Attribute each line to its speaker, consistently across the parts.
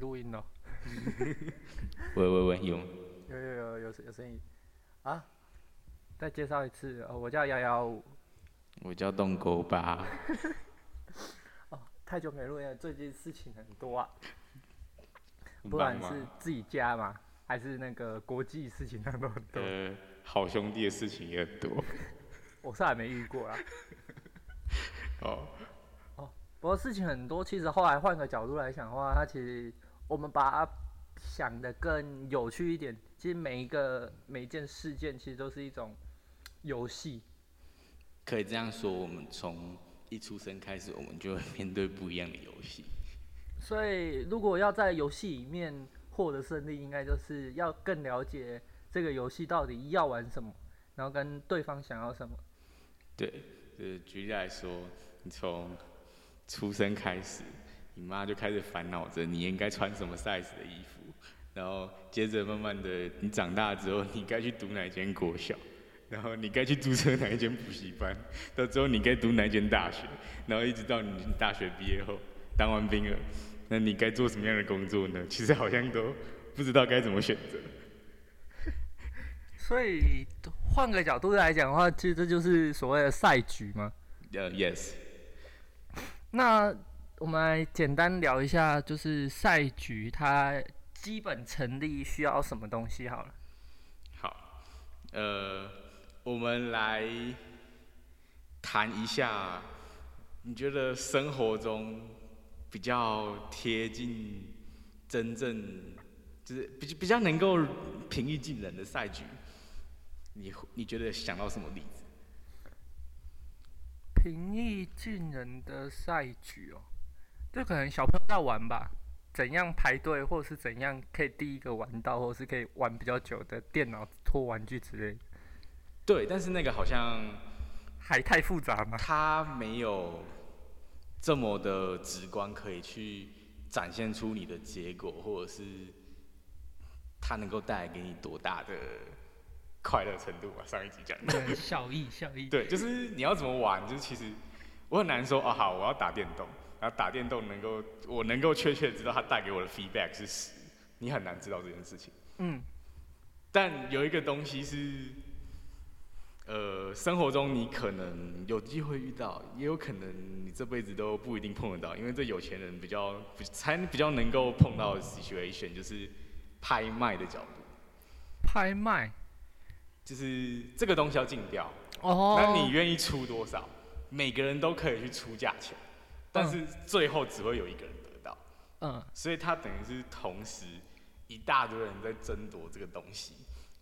Speaker 1: 听到？
Speaker 2: 喂喂喂，有
Speaker 1: 有有有有有声音啊！再介绍一次，哦，我叫幺幺五。
Speaker 2: 我叫洞沟吧，
Speaker 1: 哦，太久没录音了，最近事情很多啊，
Speaker 2: 很
Speaker 1: 不管
Speaker 2: 棒
Speaker 1: 是
Speaker 2: 吗
Speaker 1: 自己家嘛，还是那个国际事情上都很多。
Speaker 2: 呃好兄弟的事情也很多
Speaker 1: 我是还没遇过啦，
Speaker 2: 哦。
Speaker 1: 不过事情很多，其实后来换个角度来想的话，它其实我们把它想的更有趣一点。其实每一个每一件事件，其实都是一种游戏。
Speaker 2: 可以这样说，我们从一出生开始，我们就会面对不一样的游戏。
Speaker 1: 所以，如果要在游戏里面获得胜利，应该就是要更了解这个游戏到底要玩什么，然后跟对方想要什么。
Speaker 2: 对，呃，举例来说，你从出生开始，你妈就开始烦恼着你应该穿什么 size 的衣服，然后接着慢慢的，你长大之后，你该去读哪间国小，然后你该去注册哪一间补习班，到最后你该读哪一间大学，然后一直到你大学毕业后当完兵了，那你该做什么样的工作呢？其实好像都不知道该怎么选择。
Speaker 1: 所以，换个角度来讲的话，其实这就是所谓的赛局嘛。
Speaker 2: 呃、y e s
Speaker 1: 那我们来简单聊一下，就是赛局它基本成立需要什么东西好了。
Speaker 2: 好，呃，我们来谈一下，你觉得生活中比较贴近真正，就是比比较能够平易近人的赛局，你会你觉得想到什么例子？
Speaker 1: 平易近人的赛局哦，就可能小朋友在玩吧，怎样排队，或是怎样可以第一个玩到，或是可以玩比较久的电脑拖玩具之类的，
Speaker 2: 对，但是那个好像
Speaker 1: 还太复杂吗？
Speaker 2: 它没有这么的直观，可以去展现出你的结果，或者是它能够带来给你多大的快乐程度吧。啊上一集讲的，
Speaker 1: 效益，效益。
Speaker 2: 对，就是你要怎么玩，就是其实我很难说啊，好，我要打电动，然后打电动能够，我能够确切地知道它带给我的 feedback 是十，你很难知道这件事情。
Speaker 1: 嗯，
Speaker 2: 但有一个东西是，呃，生活中你可能有机会遇到，也有可能你这辈子都不一定碰得到，因为这有钱人比较比才比较能够碰到的 situation 就是拍卖的角度，
Speaker 1: 拍卖
Speaker 2: 就是这个东西要竞标，
Speaker 1: 哦，
Speaker 2: 那你愿意出多少？每个人都可以去出价钱，但是最后只会有一个人得到，
Speaker 1: 嗯，
Speaker 2: 所以他等于是同时一大堆人在争夺这个东西，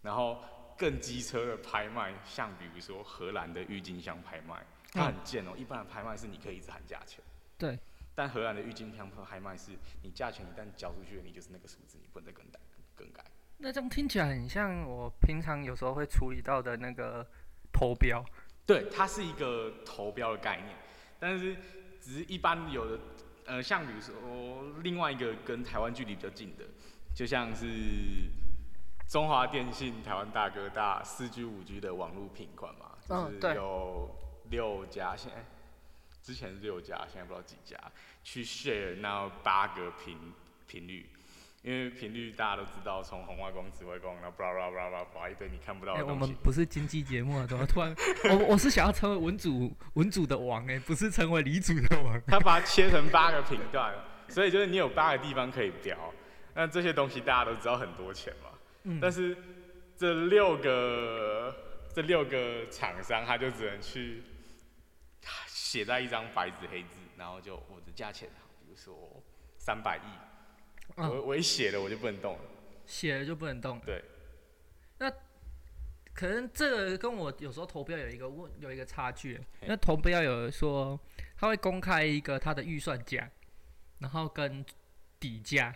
Speaker 2: 然后更机车的拍卖，像比如说荷兰的郁金香拍卖，它很贱哦、一般的拍卖是你可以一直喊价钱，
Speaker 1: 对，
Speaker 2: 但荷兰的郁金香拍卖是你价钱一旦交出去，你就是那个数字，你不能再更改更改。
Speaker 1: 那这样听起来很像我平常有时候会处理到的那个投标。
Speaker 2: 对，它是一个投标的概念，但是只是一般有的，呃，像比如说另外一个跟台湾距离比较近的，就像是中华电信、台湾大哥大四 G、五 G 的网络品款嘛，
Speaker 1: 嗯
Speaker 2: 就
Speaker 1: 对
Speaker 2: 是有六家现在。之前是六家，现在不知道几家去 share 那八个频频率，因为频率大家都知道，从红外光、紫外光，然后 blah blah blah blah blah 一堆你看不到
Speaker 3: 哎、
Speaker 2: 的
Speaker 3: 我
Speaker 2: 哦东
Speaker 3: 们
Speaker 2: 西。
Speaker 3: 不是经济节目啊，怎么突然？ 我我是想要成为文主文主的王哎、不是成为李主的王。
Speaker 2: 他把它切成八个频段，所以就是你有八个地方可以标。那这些东西大家都知道很多钱嘛，但是这六个这六个厂商，他就只能去写在一张白纸黑字，然后就我的价钱，啊比如说三百亿，
Speaker 3: 嗯
Speaker 2: 我我一写了我就不能动了。
Speaker 3: 写了就不能动。
Speaker 2: 对。
Speaker 3: 那可能这个跟我有时候投标有一个问有一个差距，
Speaker 2: 嘿
Speaker 3: 那投标有说他会公开一个他的预算价，然后跟底价，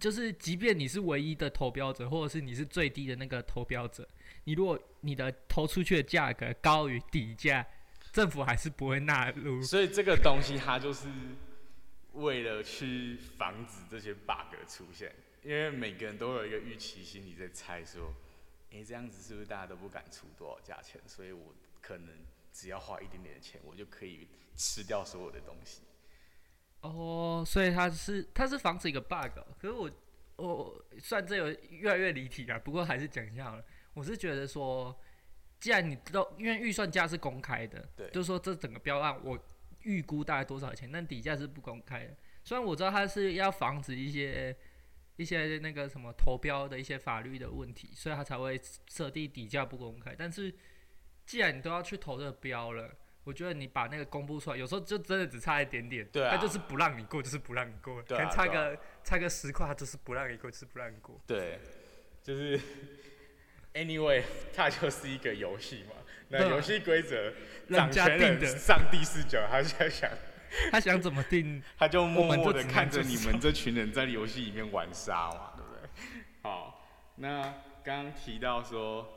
Speaker 3: 就是即便你是唯一的投标者，或者是你是最低的那个投标者，你如果你的投出去的价格高于底价，政府还是不会纳入。
Speaker 2: 所以这个东西它就是为了去防止这些 bug 出现，因为每个人都有一个预期心理在猜说，诶，这样子是不是大家都不敢出多少价钱？所以我可能只要花一点点的钱，我就可以吃掉所有的东西。
Speaker 1: 哦，所以它是它是防止一个 bug，哦、可是我我算这有越来越离题了，不过还是讲一下好了。我是觉得说，既然你都因为预算价是公开的，
Speaker 2: 对
Speaker 1: 就是说这整个标案我预估大概多少钱，但底价是不公开的。虽然我知道它是要防止一些一些那个什么投标的一些法律的问题，所以它才会设定底价不公开。但是既然你都要去投这个标了。我觉得你把那个公布出来，有时候就真的只差一点点，
Speaker 2: 对啊
Speaker 1: 他就是不让你过，就是不让你过，
Speaker 2: 对啊
Speaker 1: 可能差
Speaker 2: 对啊
Speaker 1: 个、差个十块，他就是不让你过，就是不让你过。
Speaker 2: 对，就是 anyway，它就是一个游戏嘛。那
Speaker 1: 对啊
Speaker 2: 游戏规则，
Speaker 1: 人
Speaker 2: 掌
Speaker 1: 家
Speaker 2: 权
Speaker 1: 定
Speaker 2: 人
Speaker 1: 的
Speaker 2: 上帝视角，他在想，
Speaker 1: 他想怎么定？
Speaker 2: 他就默
Speaker 1: 我们
Speaker 2: 默
Speaker 1: 就
Speaker 2: 的
Speaker 1: 只能
Speaker 2: 看着
Speaker 1: 这
Speaker 2: 你
Speaker 1: 样
Speaker 2: 们这群人在游戏里面玩沙嘛，对不对？好，那刚刚提到说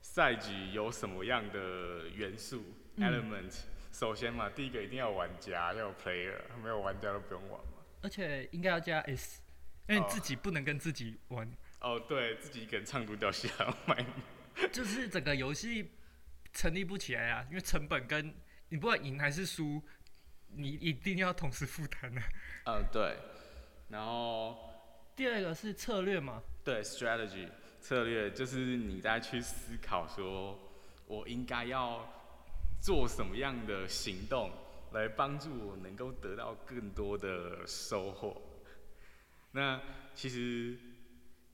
Speaker 2: 赛局有什么样的元素、element？首先嘛，第一个一定要有玩家，要有 player，没有玩家都不用玩嘛。
Speaker 1: 而且应该要加 S，因为
Speaker 2: 哦
Speaker 1: 你自己不能跟自己玩，
Speaker 2: 哦，对自己一个人唱独角戏还要卖命
Speaker 1: 就是整个游戏成立不起来啊，因为成本跟你不管赢还是输，你一定要同时负担啊的。
Speaker 2: 嗯，对。然后
Speaker 1: 第二个是策略嘛，
Speaker 2: 对 strategy 策略，就是你在去思考说，我应该要做什么样的行动来帮助我能够得到更多的收获。那其实，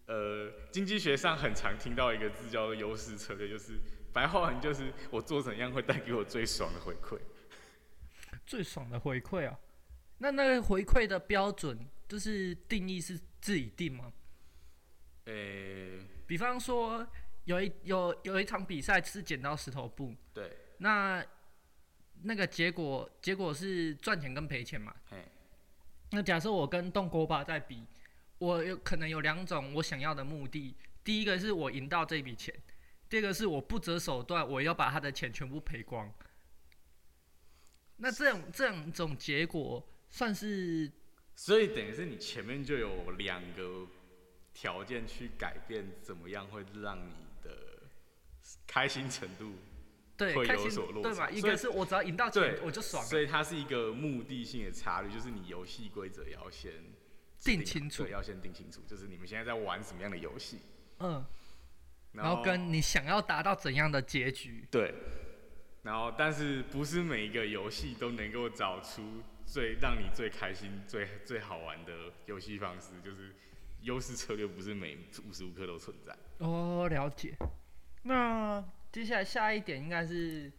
Speaker 2: 呃，经济学上很常听到一个字叫做优势策略，就是白话文就是我做怎样会带给我最爽的回馈。
Speaker 1: 最爽的回馈啊。那那个回馈的标准就是定义是自己定吗？
Speaker 2: 呃、
Speaker 1: 比方说有一有有一场比赛是剪刀石头布，
Speaker 2: 对，
Speaker 1: 那那个结果结果是赚钱跟赔钱嘛？
Speaker 2: 嘿，
Speaker 1: 那假设我跟动锅巴在比，我有可能有两种我想要的目的，第一个是我赢到这笔钱，第二个是我不择手段，我要把他的钱全部赔光。那这种这两种结果算是
Speaker 2: 所以等于是你前面就有两个条件去改变，怎么样会让你的开心程度
Speaker 1: 对
Speaker 2: 会
Speaker 1: 开
Speaker 2: 有
Speaker 1: 心
Speaker 2: 所落
Speaker 1: 对
Speaker 2: 差
Speaker 1: 嘛？一
Speaker 2: 所以
Speaker 1: 个是我只要赢到钱
Speaker 2: 对
Speaker 1: 我就爽了，
Speaker 2: 所以它是一个目的性的差率，就是你游戏规则要先
Speaker 1: 定
Speaker 2: 好
Speaker 1: 清楚
Speaker 2: 对，要先定清楚，就是你们现在在玩什么样的游戏，
Speaker 1: 嗯，
Speaker 2: 然
Speaker 1: 然后跟你想要达到怎样的结局，
Speaker 2: 对，然后但是不是每一个游戏都能够找出最让你最开心、最最好玩的游戏方式，就是优势策略不是每无时无刻都存在。
Speaker 1: 哦，了解。那接下来下一点应该是，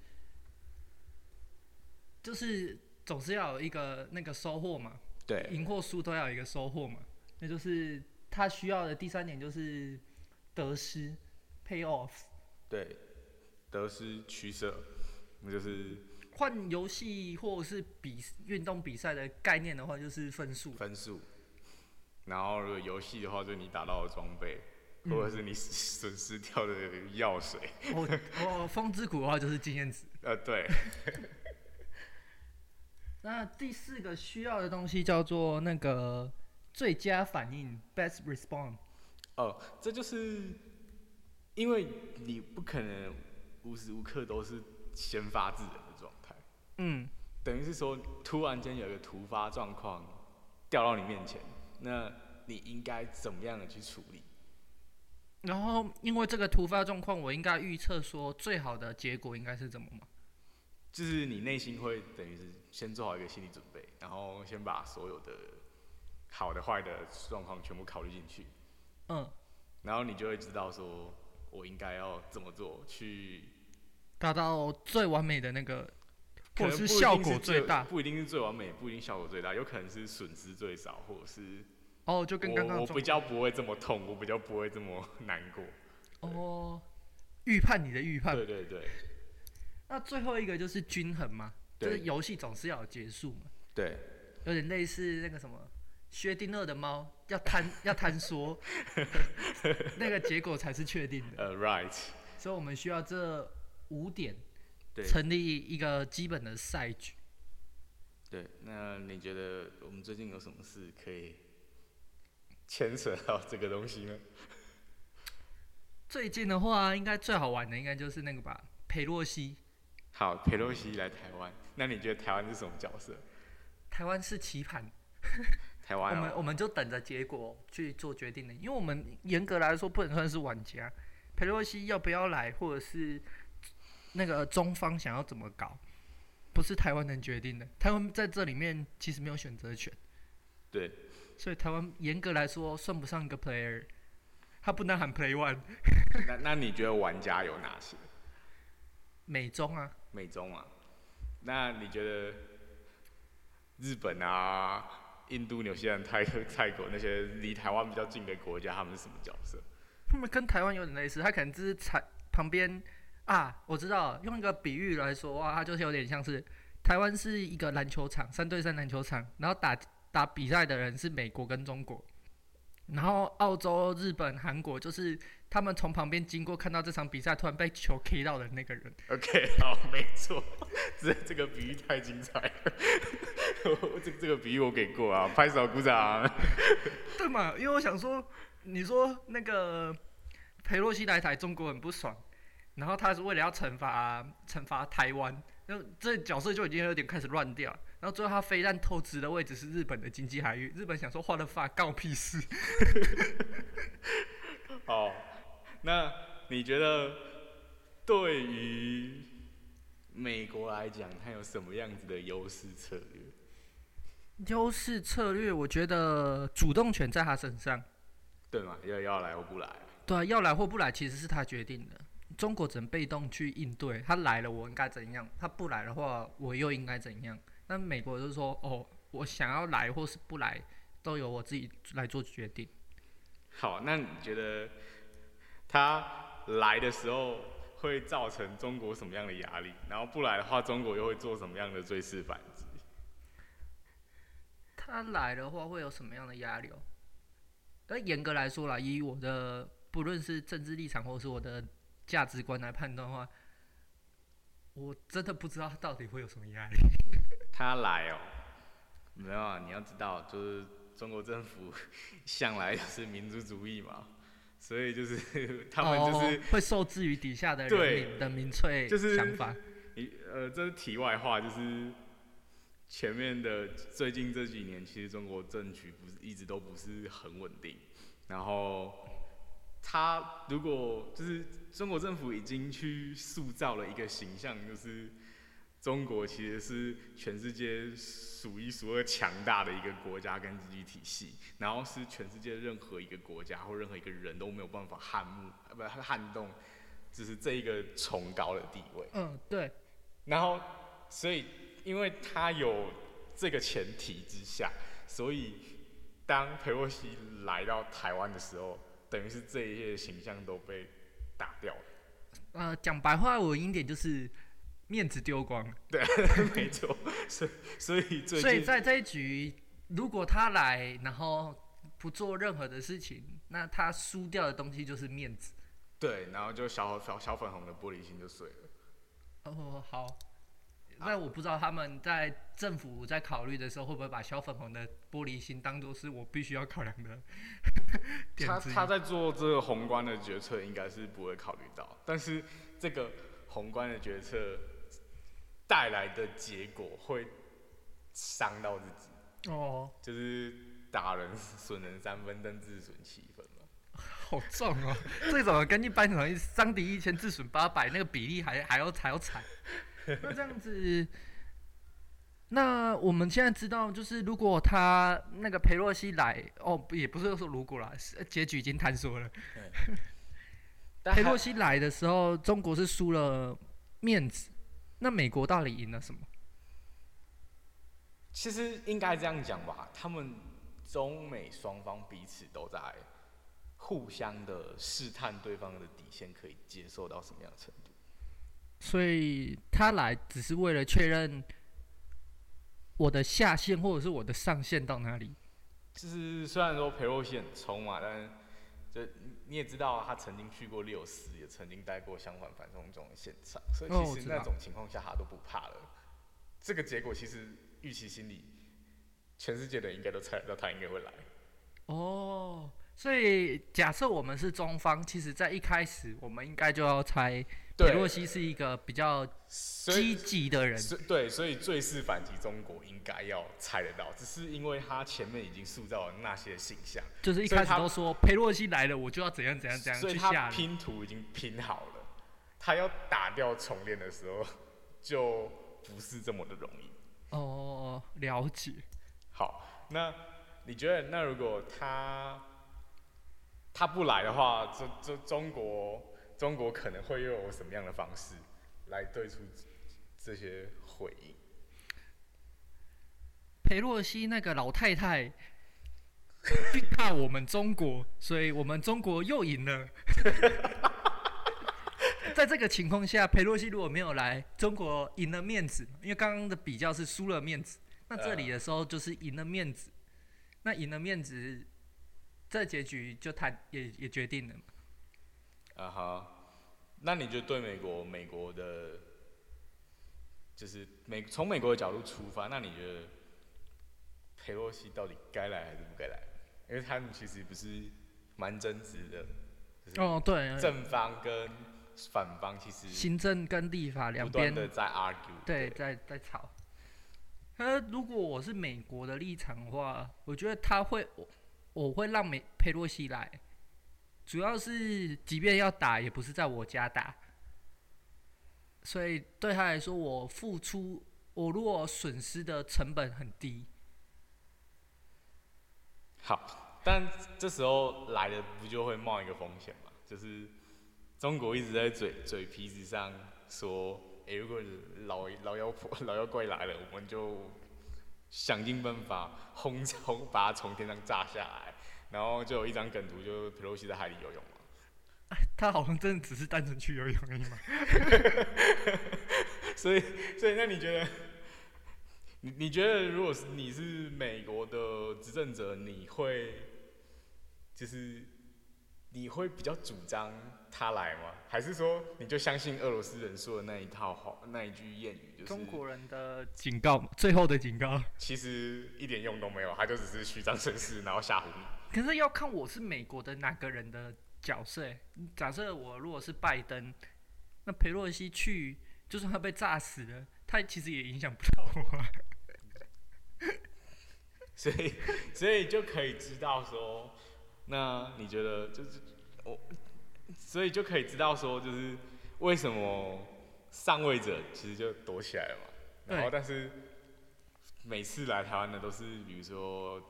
Speaker 1: 就是总是要有一个那个收获嘛，
Speaker 2: 对
Speaker 1: 赢或输都要有一个收获嘛。那就是他需要的第三点就是得失 （payoff）。
Speaker 2: 对，得失取舍，那就是
Speaker 1: 换游戏或者是比运动比赛的概念的话，就是分数。
Speaker 2: 分数。然后如果游戏的话，就是你打到的装备，或者是你损失掉的药水。
Speaker 1: 哦哦，风之谷的话就是经验值。
Speaker 2: 呃，对，
Speaker 1: 那第四个需要的东西叫做那个最佳反应 （best response）。
Speaker 2: 哦，这就是因为你不可能无时无刻都是先发制人的状态，
Speaker 1: 嗯，
Speaker 2: 等于是说突然间有一个突发状况掉到你面前，那你应该怎么样的去处理？
Speaker 1: 然后因为这个突发状况，我应该预测说最好的结果应该是怎么吗？
Speaker 2: 就是你内心会等于是先做好一个心理准备，然后先把所有的好的、坏的状况全部考虑进去，
Speaker 1: 嗯，
Speaker 2: 然后你就会知道说我应该要怎么做，去
Speaker 1: 达到最完美的那个，或者
Speaker 2: 可能不一定是
Speaker 1: 效果最大。
Speaker 2: 不一定是最完美，不一定效果最大，有可能是损失最少，或者是
Speaker 1: 哦，就跟刚
Speaker 2: 我
Speaker 1: 刚
Speaker 2: 我
Speaker 1: 总
Speaker 2: 比较不会这么痛，我比较不会这么难 过。
Speaker 1: 哦，预判你的预判。
Speaker 2: 对对对
Speaker 1: 那最后一个就是均衡嘛，就
Speaker 2: 对
Speaker 1: 是游戏总是要有结束嘛，
Speaker 2: 对，
Speaker 1: 有点类似那个什么薛定谔的猫要贪要贪 缩，那个结果才是确定的。
Speaker 2: 呃，right，
Speaker 1: 所以我们需要这五点
Speaker 2: 对
Speaker 1: 成立一个基本的赛局。
Speaker 2: 对。那你觉得我们最近有什么事可以牵扯到这个东西呢？
Speaker 1: 最近的话，应该最好玩的应该就是那个吧，裴洛西。
Speaker 2: 好，佩洛西来台湾，那你觉得台湾是什么角色？
Speaker 1: 台湾是棋盘，
Speaker 2: 台
Speaker 1: 我
Speaker 2: 湾
Speaker 1: 们
Speaker 2: 哦
Speaker 1: 我们就等着结果去做决定的，因为我们严格来说不能算是玩家。佩洛西要不要来，或者是那个中方想要怎么搞，不是台湾能决定的。台湾在这里面其实没有选择权，
Speaker 2: 对，
Speaker 1: 所以台湾严格来说算不上一个 player，他不能喊 play one
Speaker 2: 那那你觉得玩家有哪些？
Speaker 1: 美中啊，
Speaker 2: 美中啊，那你觉得日本啊、印度、纽西兰、泰泰国那些离台湾比较近的国家，他们是什么角色？
Speaker 1: 他们跟台湾有点类似，他可能只是踩旁边啊，我知道，用一个比喻来说，哇，他就是有点像是台湾是一个篮球场，三对三篮球场，然后打打比赛的人是美国跟中国，然后澳洲、日本、韩国就是他们从旁边经过看到这场比赛，突然被球 K 到的那个人，
Speaker 2: OK，好， 没错，这这个比喻太精彩了， 我这这个比喻我给过啊，拍手鼓掌。
Speaker 1: 对嘛？因为我想说，你说那个裴洛西来台，中国很不爽，然后他是为了要惩罚惩罚台湾，那这角色就已经有点开始乱掉了。然后最后他飞弹透支的位置是日本的经济海域，日本想说画的发干我屁事。
Speaker 2: 好，那你觉得对于美国来讲，它有什么样子的优势策略？
Speaker 1: 优势策略，我觉得主动权在他身上。
Speaker 2: 对吗？要要来或不来？
Speaker 1: 对啊，要来或不来其实是他决定的，中国只能被动去应对。他来了，我应该怎样；他不来的话，我又应该怎样？那美国就是说，哦，我想要来或是不来，都由我自己来做决定。
Speaker 2: 好，那你觉得他来的时候会造成中国什么样的压力？然后不来的话，中国又会做什么样的追事反击？
Speaker 1: 他来的话会有什么样的压力哦？那严格来说啦，以我的不论是政治立场或是我的价值观来判断的话，我真的不知道他到底会有什么压力。
Speaker 2: 他来哦，没有啊，你要知道，就是中国政府 向来就是民族主义嘛，所以就是 他们就是、
Speaker 1: 哦会受制于底下的
Speaker 2: 对
Speaker 1: 人民的民粹
Speaker 2: 就是
Speaker 1: 想法。
Speaker 2: 你呃，这是题外话，就是前面的最近这几年，其实中国政局不是一直都不是很稳定，然后他如果就是中国政府已经去塑造了一个形象，就是中国其实是全世界数一数二强大的一个国家跟经济体系，然后是全世界任何一个国家或任何一个人都没有办法撼目呃不撼动，就是这一个崇高的地位。
Speaker 1: 嗯，对，
Speaker 2: 然后，所以因为他有这个前提之下，所以当裴洛西来到台湾的时候，等于是这一些形象都被打掉了。
Speaker 1: 呃，讲白话文一点就是面子丢光了。
Speaker 2: 对，没错。所以所以最
Speaker 1: 所以
Speaker 2: 近
Speaker 1: 在这一局，如果他来，然后不做任何的事情，那他输掉的东西就是面子。
Speaker 2: 对，然后就小小小粉红的玻璃心就碎了。
Speaker 1: 哦，好。那我不知道他们在政府在考虑的时候，会不会把小粉红的玻璃心当做是我必须要考量的 点
Speaker 2: 他
Speaker 1: 之一
Speaker 2: 他在做这个宏观的决策，应该是不会考虑到，但是这个宏观的决策带来的结果会伤到自己。
Speaker 1: 哦，
Speaker 2: 就是打人损人三分，但自损七分嘛。
Speaker 1: 好重哦！这种跟一般什么伤敌一千自损八百那个比例还还要还要惨。那这样子，那我们现在知道，就是如果他那个裴洛西来，哦，不也不是说如果啦，是呃结局已经探索了。
Speaker 2: 但啊
Speaker 1: 裴洛西来的时候，中国是输了面子，那美国到底赢了什么？
Speaker 2: 其实应该这样讲吧，他们中美双方彼此都在互相的试探对方的底线可以接受到什么样的程度。
Speaker 1: 所以他来只是为了确认我的下限或者是我的上限到哪里。
Speaker 2: 就是虽然说裴洛西很冲嘛，但就你也知道，他曾经去过六四，也曾经待过相反反送中的现场，所以
Speaker 1: 哦
Speaker 2: 其
Speaker 1: 我
Speaker 2: 实
Speaker 1: 知
Speaker 2: 那
Speaker 1: 道
Speaker 2: 种情况下他都不怕了。这个结果其实预期心理，全世界的人应该都猜得到他应该会来。
Speaker 1: 哦，所以假设我们是中方，其实在一开始我们应该就要猜裴洛
Speaker 2: 对
Speaker 1: 西是一个比较
Speaker 2: 所
Speaker 1: 积
Speaker 2: 以
Speaker 1: 极的人，
Speaker 2: 所对，所以最是反击中国应该要猜得到，只是因为他前面已经塑造了那些形象，
Speaker 1: 就是一
Speaker 2: 所以
Speaker 1: 开始
Speaker 2: 他
Speaker 1: 都说裴洛西来了，我就要怎样怎样怎样
Speaker 2: 所以
Speaker 1: 去
Speaker 2: 他
Speaker 1: 吓你。
Speaker 2: 拼图已经拼好了，他要打掉重练的时候就不是这么的容易。
Speaker 1: 哦哦，哦了解。
Speaker 2: 好，那你觉得，那如果他他不来的话，这这中国中国可能会用什么样的方式来对出这些回应？
Speaker 1: 裴洛西那个老太太惧怕我们中国，所以我们中国又赢了。 在这个情况下，裴洛西如果没有来，中国赢了面子，因为刚刚的比较是输了面子，那这里的时候就是赢了面子，那赢了面子，这结局就谈也也决定了嘛。
Speaker 2: 啊哈，那你觉得对美国，美国的，就是美从美国的角度出发，那你觉得佩洛西到底该来还是不该来？因为他们其实不是蛮争执的，就是
Speaker 1: 哦，对，
Speaker 2: 正方跟反方其实
Speaker 1: 行政跟立法两
Speaker 2: 不断
Speaker 1: 边
Speaker 2: 的在 argue
Speaker 1: 对，在在吵。呃，如果我是美国的立场的话，我觉得他会，我我会让美佩洛西来，主要是即便要打，也不是在我家打，所以对他来说，我付出，我如果损失的成本很低，
Speaker 2: 好，但这时候来了不就会冒一个风险嘛？就是中国一直在嘴嘴皮子上说，诶，如果老老妖婆 老妖怪来了，我们就想尽办法轰轰把它从天上炸下来。然后就有一张梗图，就是佩洛西在海里游泳嘛。
Speaker 1: 他好像真的只是单纯去游泳而已嘛。
Speaker 2: 所以，所以那你觉得，你你觉得如果是你是美国的执政者，你会就是你会比较主张他来吗？还是说你就相信俄罗斯人说的那一套话，那一句谚语，就是
Speaker 1: 中国人的警告，最后的警告。
Speaker 2: 其实一点用都没有，他就只是虚张声势，然后吓唬你。
Speaker 1: 可是要看我是美国的哪个人的角色欸。假设我如果是拜登，那佩洛西去，就算他被炸死了，他其实也影响不到我啊。
Speaker 2: 所以，所以就可以知道说，那你觉得就是我，所以就可以知道说，就是为什么上位者其实就躲起来了嘛。
Speaker 1: 对
Speaker 2: 然后，但是每次来台湾的都是比如说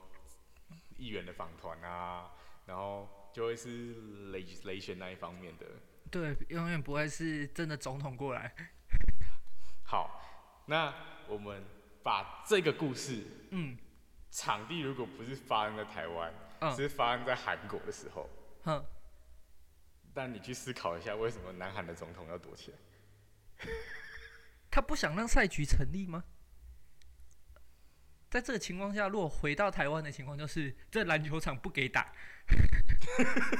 Speaker 2: 议员的访团啊，然后就会是雷雷选那一方面的。
Speaker 1: 对，永远不会是真的总统过来。
Speaker 2: 好，那我们把这个故事
Speaker 1: 嗯，
Speaker 2: 场地如果不是发生在台湾，
Speaker 1: 嗯
Speaker 2: 是发生在韩国的时候。
Speaker 1: 哼，
Speaker 2: 但你去思考一下，为什么南韩的总统要躲起来？
Speaker 1: 他不想让赛局成立吗？在这个情况下，如果回到台湾的情况，就是这篮球场不给打，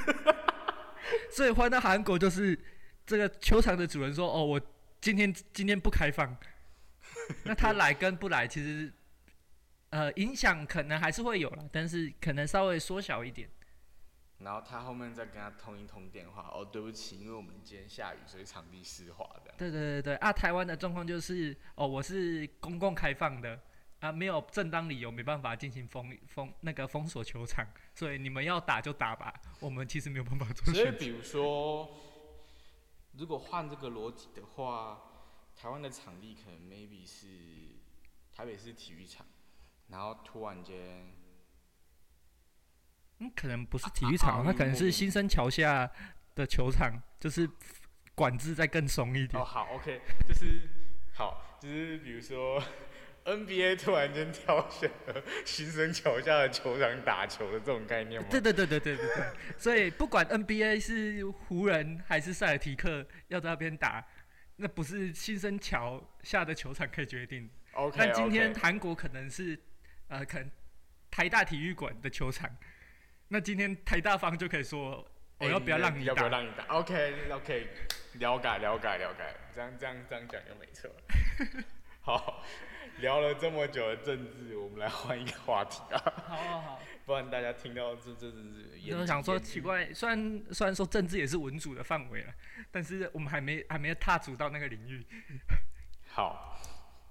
Speaker 1: 所以换到韩国就是这个球场的主人说：“哦，我今天今天不开放。”那他来跟不来，其实呃影响可能还是会有了，但是可能稍微缩小一点。
Speaker 2: 然后他后面再跟他通一通电话，哦，对不起，因为我们今天下雨，所以场地湿滑这样。
Speaker 1: 对对对对啊！台湾的状况就是，哦，我是公共开放的啊，没有正当理由没办法进行封封那个封锁球场，所以你们要打就打吧，我们其实没有办法做
Speaker 2: 所以
Speaker 1: 选择。
Speaker 2: 比如说，如果换这个逻辑的话，台湾的场地可能 maybe 是台北市体育场，然后突然间
Speaker 1: 嗯，可能不是体育场，
Speaker 2: 啊
Speaker 1: 它
Speaker 2: 啊
Speaker 1: 可能
Speaker 2: 运
Speaker 1: 是
Speaker 2: 动
Speaker 1: 新生桥下的球场，就是管制再更松一点
Speaker 2: 哦，。好，OK，就是好，就是比如说 NBA 突然间挑选了新生桥下的球场打球的这种概念吗？
Speaker 1: 对对对对对对对，所以不管 NBA 是湖人还是塞尔提克要在那边打，那不是新生桥下的球场可以决定的
Speaker 2: OK，
Speaker 1: 但今天韩国可能是呃，可能台大体育馆的球场，那今天台大方就可以说，我、要不要让你
Speaker 2: 要不
Speaker 1: 打？
Speaker 2: 要哎让你打？OK OK，了解了解了解，这样这样这样讲就没错。好，聊了这么久的政治，我们来换一个话题啊，
Speaker 1: 好好好，
Speaker 2: 不然大家听到这这真是眼睛。
Speaker 1: 我想说
Speaker 2: 眼睛
Speaker 1: 奇，怪，虽然虽然说政治也是文主的范围了，但是我们还没还没踏足到那个领域。
Speaker 2: 好，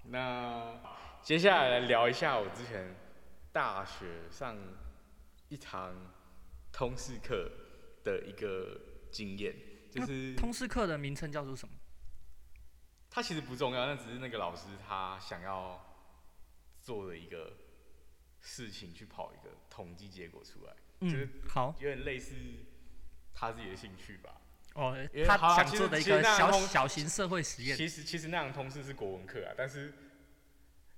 Speaker 2: 那接下来来聊一下我之前大学上一堂通识课的一个经验，就是
Speaker 1: 通识课的名称叫做什么？
Speaker 2: 它其实不重要，那只是那个老师他想要做的一个事情去跑一个统计结果出来，就是
Speaker 1: 嗯，好
Speaker 2: 有点类似他自己的兴趣吧。
Speaker 1: 哦
Speaker 2: 因为，
Speaker 1: 他
Speaker 2: 好啊
Speaker 1: 想
Speaker 2: 其实
Speaker 1: 做的一
Speaker 2: 其实
Speaker 1: 个
Speaker 2: 那
Speaker 1: 小
Speaker 2: 通
Speaker 1: 小型社会实验。
Speaker 2: 其实其实那堂通识是国文课啊，但是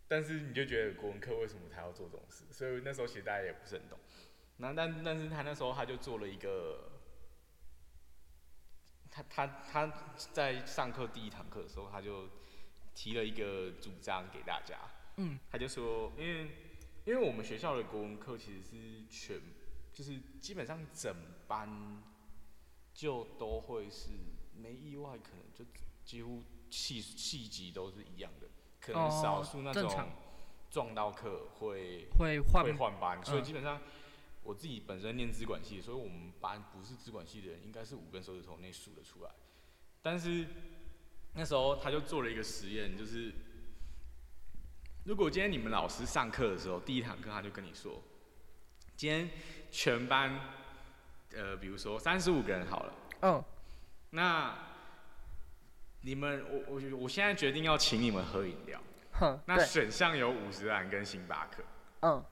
Speaker 2: 但是你就觉得国文课为什么他要做这种事？所以那时候其实大家也不是很懂。那但但是他那时候他就做了一个，他他他在上课第一堂课的时候，他就提了一个主张给大家。
Speaker 1: 嗯，
Speaker 2: 他就说，因为因为我们学校的国文课其实是全，就是基本上整班就都会是，没意外可能就几乎细细集都是一样的，可能
Speaker 1: 哦
Speaker 2: 少数那
Speaker 1: 正
Speaker 2: 种
Speaker 1: 常
Speaker 2: 撞到课会
Speaker 1: 会换
Speaker 2: 会换班，所以
Speaker 1: 嗯
Speaker 2: 基本上我自己本身念资管系，所以我们班不是资管系的人，应该是五根手指头内数得出来。但是那时候他就做了一个实验，就是如果今天你们老师上课的时候，第一堂课他就跟你说，今天全班呃，比如说三十五个人好了，
Speaker 4: 哦
Speaker 1: 嗯，
Speaker 2: 那你们我我我现在决定要请你们喝饮料，
Speaker 4: 哼，
Speaker 2: 那
Speaker 4: 对，
Speaker 2: 选项有五十兰跟星巴克。
Speaker 4: 嗯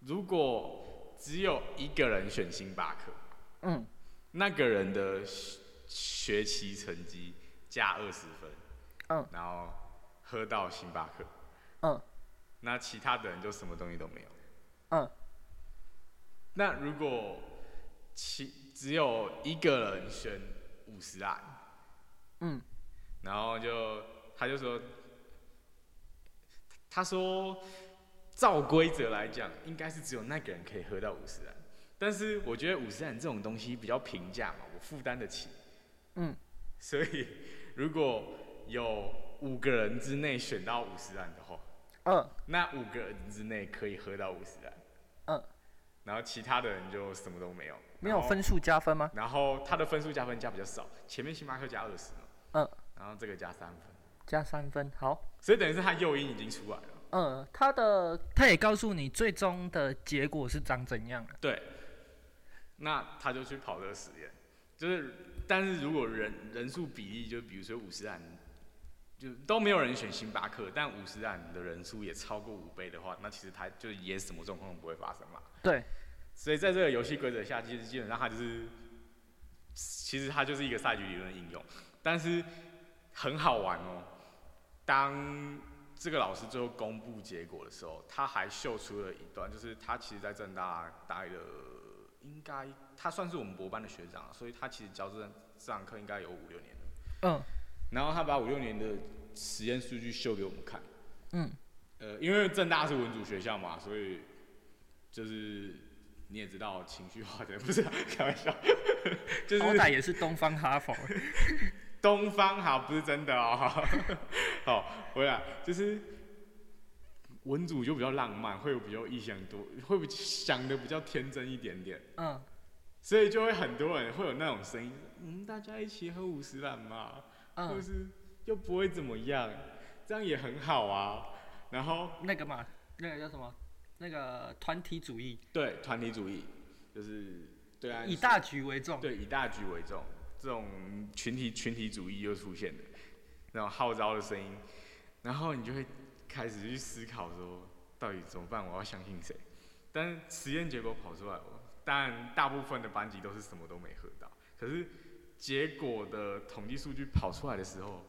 Speaker 2: 如果只有一个人选星巴克，
Speaker 4: 嗯，
Speaker 2: 那个人的学学期成绩加二十分，
Speaker 4: 嗯，
Speaker 2: 然后喝到星巴克，
Speaker 4: 嗯，
Speaker 2: 那其他的人就什么东西都没有。
Speaker 4: 嗯，
Speaker 2: 那如果其只有一个人选五十兰，
Speaker 4: 嗯，
Speaker 2: 然后就他就说，他说照规则来讲，应该是只有那个人可以喝到五十兰，但是我觉得五十兰这种东西比较平价嘛，我负担得起，
Speaker 4: 嗯，
Speaker 2: 所以如果有五个人之内选到五十兰的话，
Speaker 4: 嗯
Speaker 2: 那五个人之内可以喝到五十兰，
Speaker 4: 嗯，
Speaker 2: 然后其他的人就什么都没有，
Speaker 4: 没有
Speaker 2: 然后
Speaker 4: 分数加分吗？
Speaker 2: 然后他的分数加分加比较少，前面星巴克加二十嘛，
Speaker 4: 嗯，
Speaker 2: 然后这个加三分，
Speaker 4: 加三分，好，
Speaker 2: 所以等于是他诱因已经出来了。
Speaker 4: 嗯，他的
Speaker 1: 他也告诉你最终的结果是长怎样了。
Speaker 2: 对，那他就去跑这个实验，就是但是如果人人数比例，就比如说五十人，就都没有人选星巴克，但五十人的人数也超过五倍的话，那其实他就也什么状况都不会发生嘛。
Speaker 4: 对，
Speaker 2: 所以在这个游戏规则下，其实基本上它就是，其实它就是一个赛局理论的应用，但是很好玩哦。当这个老师最后公布结果的时候，他还秀出了一段，就是他其实在正大待了，应该他算是我们博班的学长啊，所以他其实教这这堂课应该有五六年了。
Speaker 1: 嗯
Speaker 2: 然后他把五六年的实验数据秀给我们看。
Speaker 1: 嗯，
Speaker 2: 呃，因为正大是文组学校嘛，所以就是你也知道情绪化的，不是啊开玩笑， 就
Speaker 1: 好
Speaker 2: 是
Speaker 1: 歹也是东方 哈佛。
Speaker 2: 东方好，不是真的哦。 好，回来就是文组就比较浪漫，会有比较意想多，会比想的比较天真一点点。
Speaker 1: 嗯，
Speaker 2: 所以就会很多人会有那种声音，嗯，大家一起喝五十兰嘛，
Speaker 1: 嗯
Speaker 2: 或是又不会怎么样，这样也很好啊。然后
Speaker 1: 那个嘛，那个叫什么？那个团体主义，
Speaker 2: 对团体主义，就是对啊，
Speaker 1: 以大局为重。
Speaker 2: 对以大局为重，这种群体群体主义又出现了，那种号召的声音，然后你就会开始去思考说，到底怎么办？我要相信谁？但是实验结果跑出来了，但大部分的班级都是什么都没喝到。可是结果的统计数据跑出来的时候，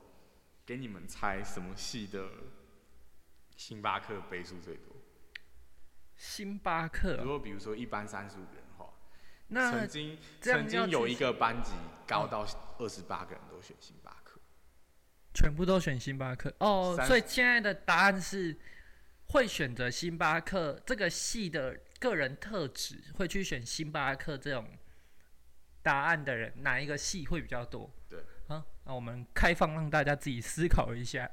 Speaker 2: 给你们猜什么系的星巴克杯数最多？
Speaker 1: 星巴克
Speaker 2: 如
Speaker 1: 哦，
Speaker 2: 果比如说一班三十五个人的话，
Speaker 1: 那
Speaker 2: 曾经
Speaker 1: 这样
Speaker 2: 曾
Speaker 1: 要
Speaker 2: 经
Speaker 1: 去嗯
Speaker 2: 有一个班级高到二十八个人都选星巴克，
Speaker 1: 全部都选星巴克哦。
Speaker 2: 三
Speaker 1: 所以现在的答案是会选择星巴克这个系的个人特质，会去选星巴克这种答案的人，哪一个系会比较多？
Speaker 2: 对
Speaker 1: 啊，那我们开放让大家自己思考一下。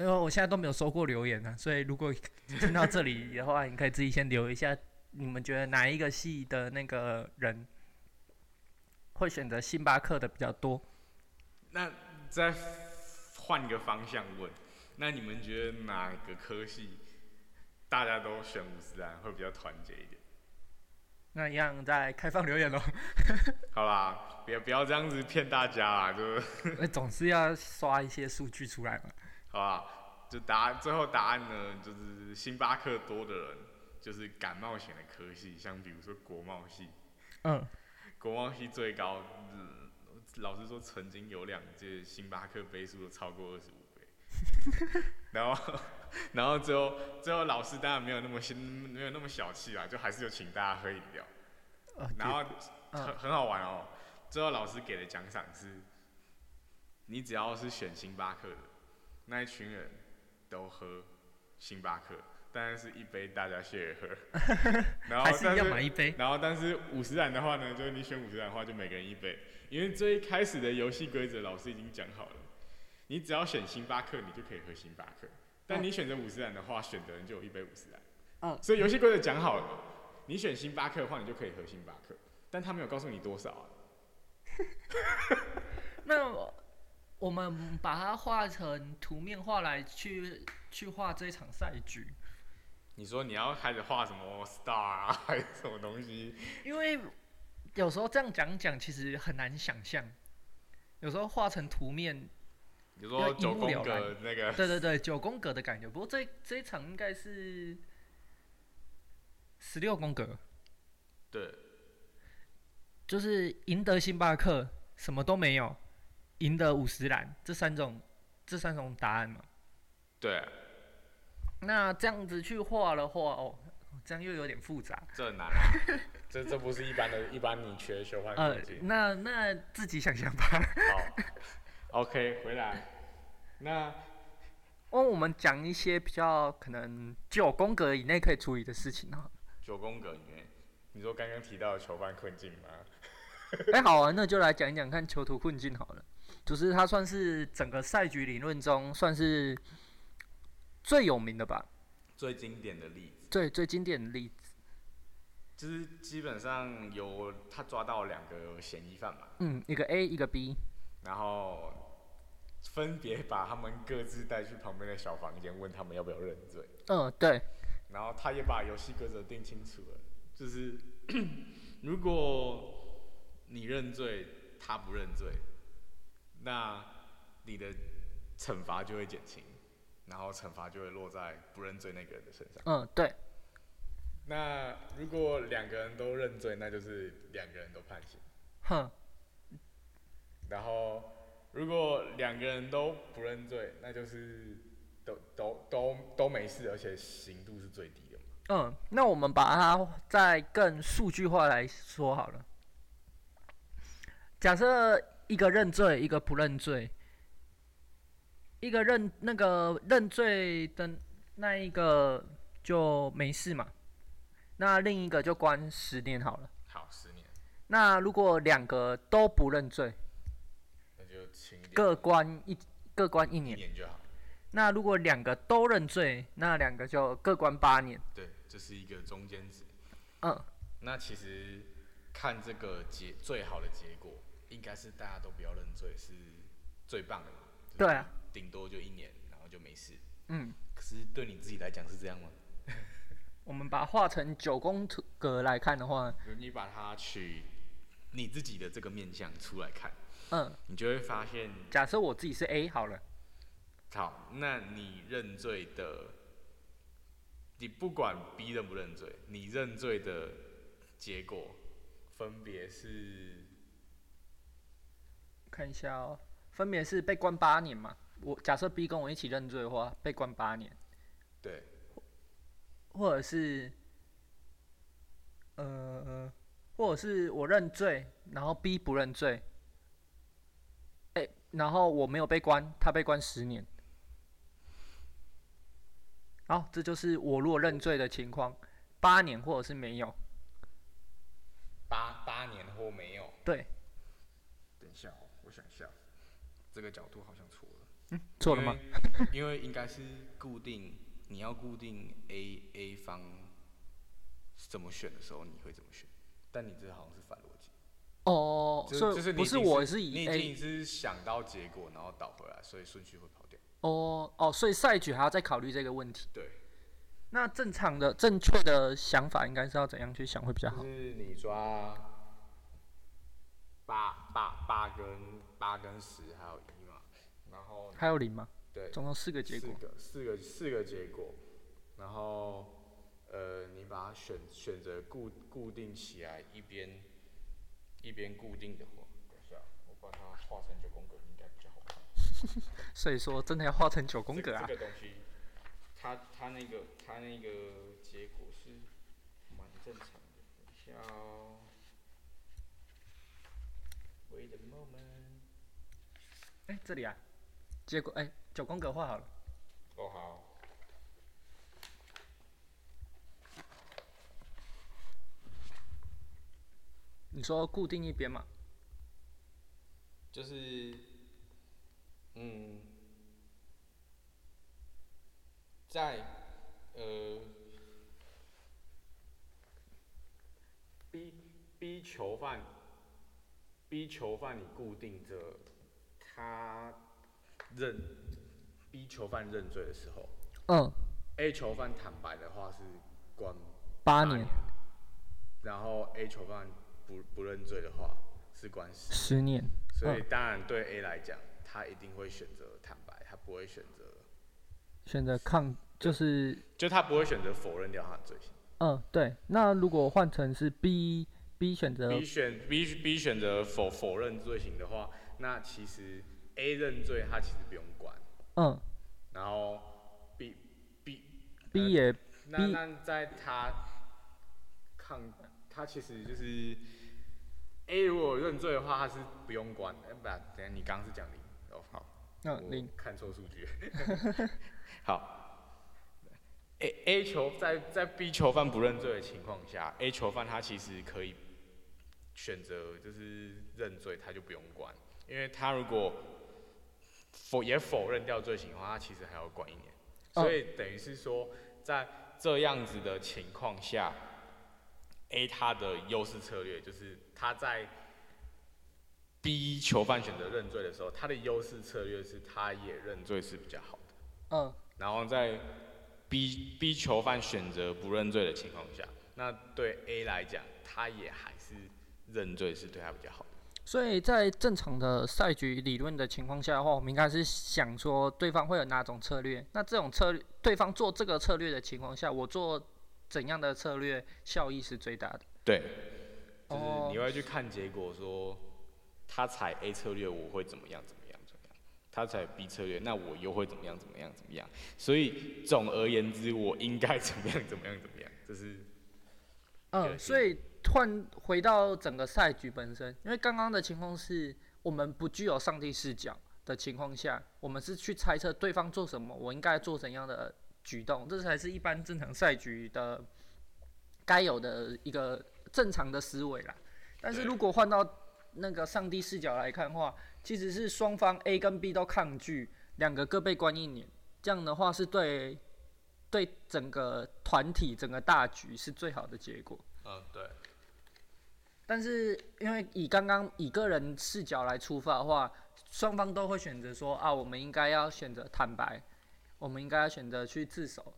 Speaker 1: 因为我现在都没有收过留言呢、所以如果听到这里的话，你可以自己先留一下，你们觉得哪一个系的那个人会选择星巴克的比较多？
Speaker 2: 那再换个方向问，那你们觉得哪个科系大家都选五十兰会比较团结一点？
Speaker 1: 那一样在开放留言喽，
Speaker 2: 好啦，别不要这样子骗大家啦，就是
Speaker 1: 那总是要刷一些数据出来嘛。
Speaker 2: 好吧，就答案最后答案呢，就是星巴克多的人就是感冒险的科系，像比如说国贸系，
Speaker 1: 嗯，
Speaker 2: 国贸系最高，嗯老实说曾经有两届星巴克杯数都超过二十五杯， 然后然后最后最后老师当然没有那么心没有那么小气啦，就还是有请大家喝饮料，
Speaker 1: 呃，
Speaker 2: 然后
Speaker 1: 嗯
Speaker 2: 很很好玩哦，最后老师给的奖赏是，你只要是选星巴克的，那一群人都喝星巴克，但是一杯大家 share 喝， 然后
Speaker 1: 还是
Speaker 2: 但
Speaker 1: 要
Speaker 2: 是
Speaker 1: 买一杯。
Speaker 2: 然后，但是五十岚的话呢，就是你选五十岚的话，就每个人一杯，因为最一开始的游戏规则老师已经讲好了，你只要选星巴克，你就可以喝星巴克。但你选择五十岚的话，选的人就有一杯五十岚。
Speaker 1: 嗯
Speaker 2: 所以游戏规则讲好了，你选星巴克的话，你就可以喝星巴克，但他没有告诉你多少啊。
Speaker 1: 那我我们把它画成图面画来去去画这一场赛局，
Speaker 2: 你说你要开始画什么 star 啊，还是什么东西？
Speaker 1: 因为有时候这样讲讲其实很难想象，有时候画成图 面，
Speaker 2: 你
Speaker 1: 要
Speaker 2: 说
Speaker 1: 一目
Speaker 2: 九宫
Speaker 1: 了然
Speaker 2: 格那个
Speaker 1: 对对对，九宫格的感觉。不过这这一场应该是十六宫格，
Speaker 2: 对，
Speaker 1: 就是赢得星巴克什么都没有，赢得五十岚这三种这三种答案嘛。
Speaker 2: 对，啊
Speaker 1: 那这样子去画的话，哦，这样又有点复杂。
Speaker 2: 这难啊，这这不是一般的，一般你缺修换
Speaker 1: 呃，那那自己想想吧。
Speaker 2: 好，OK，回来。那
Speaker 1: 哦，我们讲一些比较可能九宫格以内可以处理的事情啊。
Speaker 2: 九宫格里面，你说刚刚提到的囚犯困境吗？
Speaker 1: 哎、好啊，那就来讲一讲看囚徒困境好了。就是它算是整个赛局理论中算是最有名的吧，
Speaker 2: 最经典的例子
Speaker 1: 最最经典的例子。
Speaker 2: 就是基本上有他抓到两个嫌疑犯嘛，
Speaker 1: 嗯，一个 A，一个 B。
Speaker 2: 然后分别把他们各自带去旁边的小房间，问他们要不要认罪。
Speaker 1: 嗯，对，
Speaker 2: 然后他也把游戏规则定清楚了，就是 如果你认罪，他不认罪，那你的惩罚就会减轻，然后惩罚就会落在不认罪那个人的身上。
Speaker 1: 嗯，对，
Speaker 2: 那如果两个人都认罪，那就是两个人都判刑。
Speaker 1: 哼，
Speaker 2: 然后如果两个人都不认罪，那就是都都都都没事，而且刑度是最低的嘛。
Speaker 1: 嗯，那我们把它再更数据化来说好了。假设一个认罪，一个不认罪，一个认那个认罪的那一个就没事嘛，那另一个就关十年好了。
Speaker 2: 好，十年，
Speaker 1: 那如果两个都不认罪，
Speaker 2: 那就轻一点，
Speaker 1: 各关一各关一
Speaker 2: 一
Speaker 1: 年。
Speaker 2: 年就好。
Speaker 1: 那如果两个都认罪，那两个就各关八年。
Speaker 2: 对，这是一个中间值。
Speaker 1: 嗯，
Speaker 2: 那其实看这个结最好的结果，应该是大家都不要认罪是最棒的嘛。就是
Speaker 1: 对啊
Speaker 2: 顶多就一年，然后就没事。
Speaker 1: 嗯，
Speaker 2: 可是对你自己来讲是这样吗？
Speaker 1: 我们把它画成九宫格来看的话，
Speaker 2: 你把它取你自己的这个面相出来看，
Speaker 1: 嗯，
Speaker 2: 你就会发现，
Speaker 1: 假设我自己是 A 好了，
Speaker 2: 好，那你认罪的，你不管 B 认不认罪，你认罪的结果分别是
Speaker 1: 看一下哦，分别是被关八年嘛。我假设 B 跟我一起认罪的话，被关八年，
Speaker 2: 对。
Speaker 1: 或者是，呃，或者是我认罪，然后 B 不认罪，哎、然后我没有被关，他被关十年。好，这就是我如果认罪的情况，八年或者是没有。
Speaker 2: 八八年后没有。
Speaker 1: 对，
Speaker 2: 等一下哦，我想一下，这个角度好像错了。
Speaker 1: 错了吗？
Speaker 5: 因为？因为应该是固定，你要固定 A A 方怎么选的时候，你会怎么选？但你这好像是反逻辑，
Speaker 1: 哦，
Speaker 5: 就
Speaker 1: 所
Speaker 5: 就
Speaker 1: 以
Speaker 5: 你
Speaker 1: 不
Speaker 5: 已
Speaker 1: 是
Speaker 5: 经
Speaker 1: 我
Speaker 5: 是
Speaker 1: 是
Speaker 5: 你
Speaker 1: 以
Speaker 5: 已
Speaker 1: A
Speaker 5: 经是想到结果，然后倒回来，所以顺序会跑掉。
Speaker 1: 哦哦，所以赛局还要再考虑这个问题。
Speaker 5: 对，
Speaker 1: 那正常的、正确的想法应该是要怎样去想会比较
Speaker 2: 就
Speaker 1: 好？
Speaker 2: 是你抓八八八跟八跟十还有一嘛，然后
Speaker 1: 还有零吗？
Speaker 2: 对
Speaker 1: 总共四个结果。
Speaker 2: 四个四个四个结果，然后呃，你把它选选择固固定起来，一边一边固定的话，等一下我把它画成九宫格应该比较好看。
Speaker 1: 所以说，真的要画成九宫
Speaker 2: 这
Speaker 1: 格
Speaker 2: 个
Speaker 1: 啊
Speaker 2: 这！个东西，它它那个它那个结果是蛮正常的。等一下哦，Wait a moment。
Speaker 1: 哎、这里啊，结果哎、九宫格画好了。
Speaker 2: 哦好。
Speaker 1: 你说固定一边嘛？
Speaker 2: 就是，嗯，在呃 B B 囚犯 B 囚犯你固定着他认 B 囚犯认罪的时候
Speaker 1: 嗯，
Speaker 2: ，A 囚犯坦白的话是关
Speaker 1: 八
Speaker 2: 八
Speaker 1: 年、
Speaker 2: 然后 A 囚犯不不认罪的话是关十
Speaker 1: 十年，
Speaker 2: 所以当然对 A 来讲，他一定会选择坦白，他不会选择，
Speaker 1: 选择抗就是
Speaker 2: 就他不会选择否认掉他的罪行。
Speaker 1: 嗯，对。那如果换成是 B，B 选择
Speaker 2: B 选 B B 选择否否认罪行的话，那其实 A 认罪他其实不用管，
Speaker 1: 嗯
Speaker 2: 然后 B B
Speaker 1: ，B 也
Speaker 2: 那
Speaker 1: B-
Speaker 2: 那在他抗他其实就是 A 如果认罪的话，他是不用管。哎、不，等一下你刚刚是讲零哦，好。
Speaker 5: 呃
Speaker 1: 嗯零
Speaker 2: 我看错数据。好，A A 囚在在 B 囚犯不认罪的情况下，A 囚犯他其实可以选择就是认罪，他就不用管，因为他如果否也否认掉罪行的话，他其实还要关一年。
Speaker 1: 哦
Speaker 2: 所以等于是说，在这样子的情况下，A 他的优势策略就是他在 B 囚犯选择认罪的时候，他的优势策略是他也认罪是比较好的。
Speaker 1: 嗯
Speaker 2: 然后在 B B 囚犯选择不认罪的情况下，那对 A 来讲，他也还是认罪是对他比较好的。
Speaker 1: 所以在正常的赛局理论的情况下的话，我们应该是想说对方会有哪种策略。那这种策略，对方做这个策略的情况下，我做怎样的策略效益是最大的？
Speaker 2: 对，就是
Speaker 1: 哦
Speaker 2: 你会去看结果说，他采 A 策略，我会怎么样怎么样怎么样；他采 B 策略，那我又会怎么样怎么样怎么样。所以总而言之，我应该怎么样怎么样怎么样，这是
Speaker 1: 嗯，
Speaker 2: 对
Speaker 1: 所以换回到整个赛局本身，因为刚刚的情况是我们不具有上帝视角的情况下，我们是去猜测对方做什么，我应该做怎样的举动，这才是一般正常赛局的该有的一个正常的思维啦。但是
Speaker 2: 对
Speaker 1: 如果换到那个上帝视角来看的话，其实是双方 A 跟 B 都抗拒，两个各被关一年，这样的话是对对整个团体、整个大局是最好的结果。
Speaker 2: 嗯对。
Speaker 1: 但是因为以刚刚以个人视角来出发的话，双方都会选择说啊，我们应该要选择坦白，我们应该要选择去自首，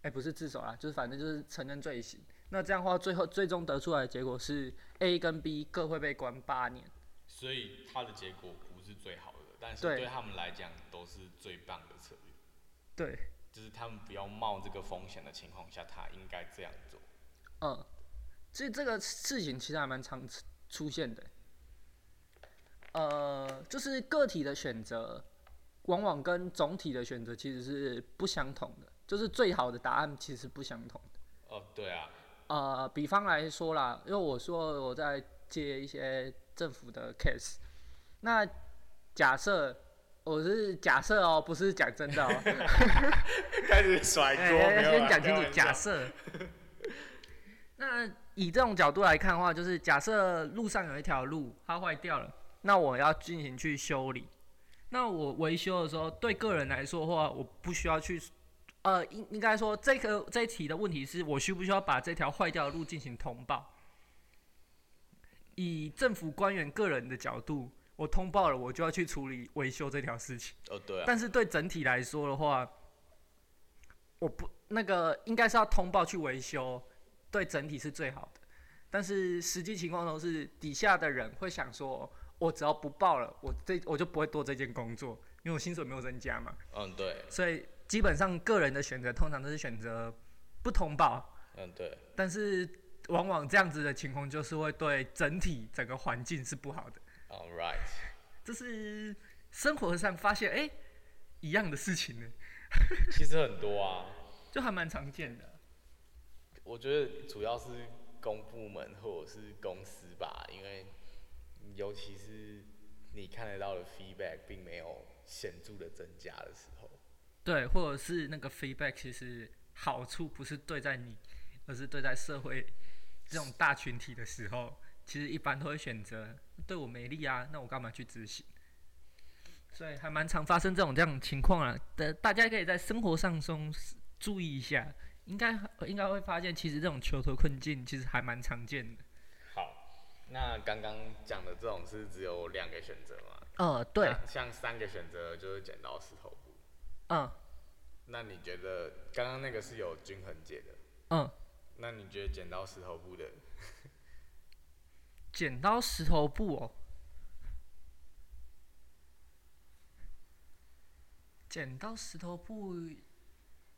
Speaker 1: 哎、不是自首啦，就是反正就是承认罪行。那这样的话，最后最终得出来的结果是 A 跟 B 各会被关八年。
Speaker 2: 所以他的结果不是最好的，但是
Speaker 1: 对
Speaker 2: 对他们来讲都是最棒的策略，
Speaker 1: 对，
Speaker 2: 就是他们不要冒这个风险的情况下，他应该这样做。
Speaker 1: 嗯，这这个事情其实还蛮常出出现的。呃，就是个体的选择，往往跟总体的选择其实是不相同的，就是最好的答案其实不相同。
Speaker 2: 哦，对啊，
Speaker 1: 呃，比方来说啦，因为我说我在接一些政府的 case，那假设我是假设哦，不是讲真的哦，
Speaker 2: 开始甩
Speaker 1: 哎，哎先讲清楚，假设。那以这种角度来看的话，就是假设路上有一条路它坏掉了，那我要进行去修理。那我维修的时候，对个人来说的话，我不需要去，呃，应应该说这个这一题的问题是我需不需要把这条坏掉的路进行通报？以政府官员个人的角度，我通报了，我就要去处理维修这条事情。
Speaker 6: 哦，对啊，
Speaker 1: 但是对整体来说的话，我不那个应该是要通报去维修，对整体是最好的。但是实际情况都是底下的人会想说，我只要不报了，我这我就不会做这件工作，因为我薪水没有增加嘛。
Speaker 6: 嗯，对，
Speaker 1: 所以基本上个人的选择通常都是选择不通报，
Speaker 6: 嗯，对，
Speaker 1: 但是往往这样子的情况就是会对整体整个环境是不好的。
Speaker 6: ，all right，
Speaker 1: 这是生活上发现哎、诶一样的事情呢，
Speaker 6: 其实很多啊，
Speaker 1: 就还蛮常见的。
Speaker 6: 我觉得主要是公部门或者是公司吧，因为尤其是你看得到的 feedback 并没有显著的增加的时候，
Speaker 1: 对，或者是那个 feedback，其实好处不是对在你，而是对在社会这种大群体的时候，其实一般都会选择对我没利啊，那我干嘛去执行？所以还蛮常发生这种这样的情况啊，的大家可以在生活上中注意一下，应该应该会发现，其实这种囚徒困境其实还蛮常见的。
Speaker 6: 好，那刚刚讲的这种是只有两个选择嘛？
Speaker 1: 呃，对，
Speaker 6: 那像三个选择就是剪刀石头布。
Speaker 1: 嗯
Speaker 6: 那你觉得刚刚那个是有均衡解的？
Speaker 1: 嗯，
Speaker 6: 那你觉得剪刀石头布的？
Speaker 1: 剪刀石头布哦，剪刀石头布，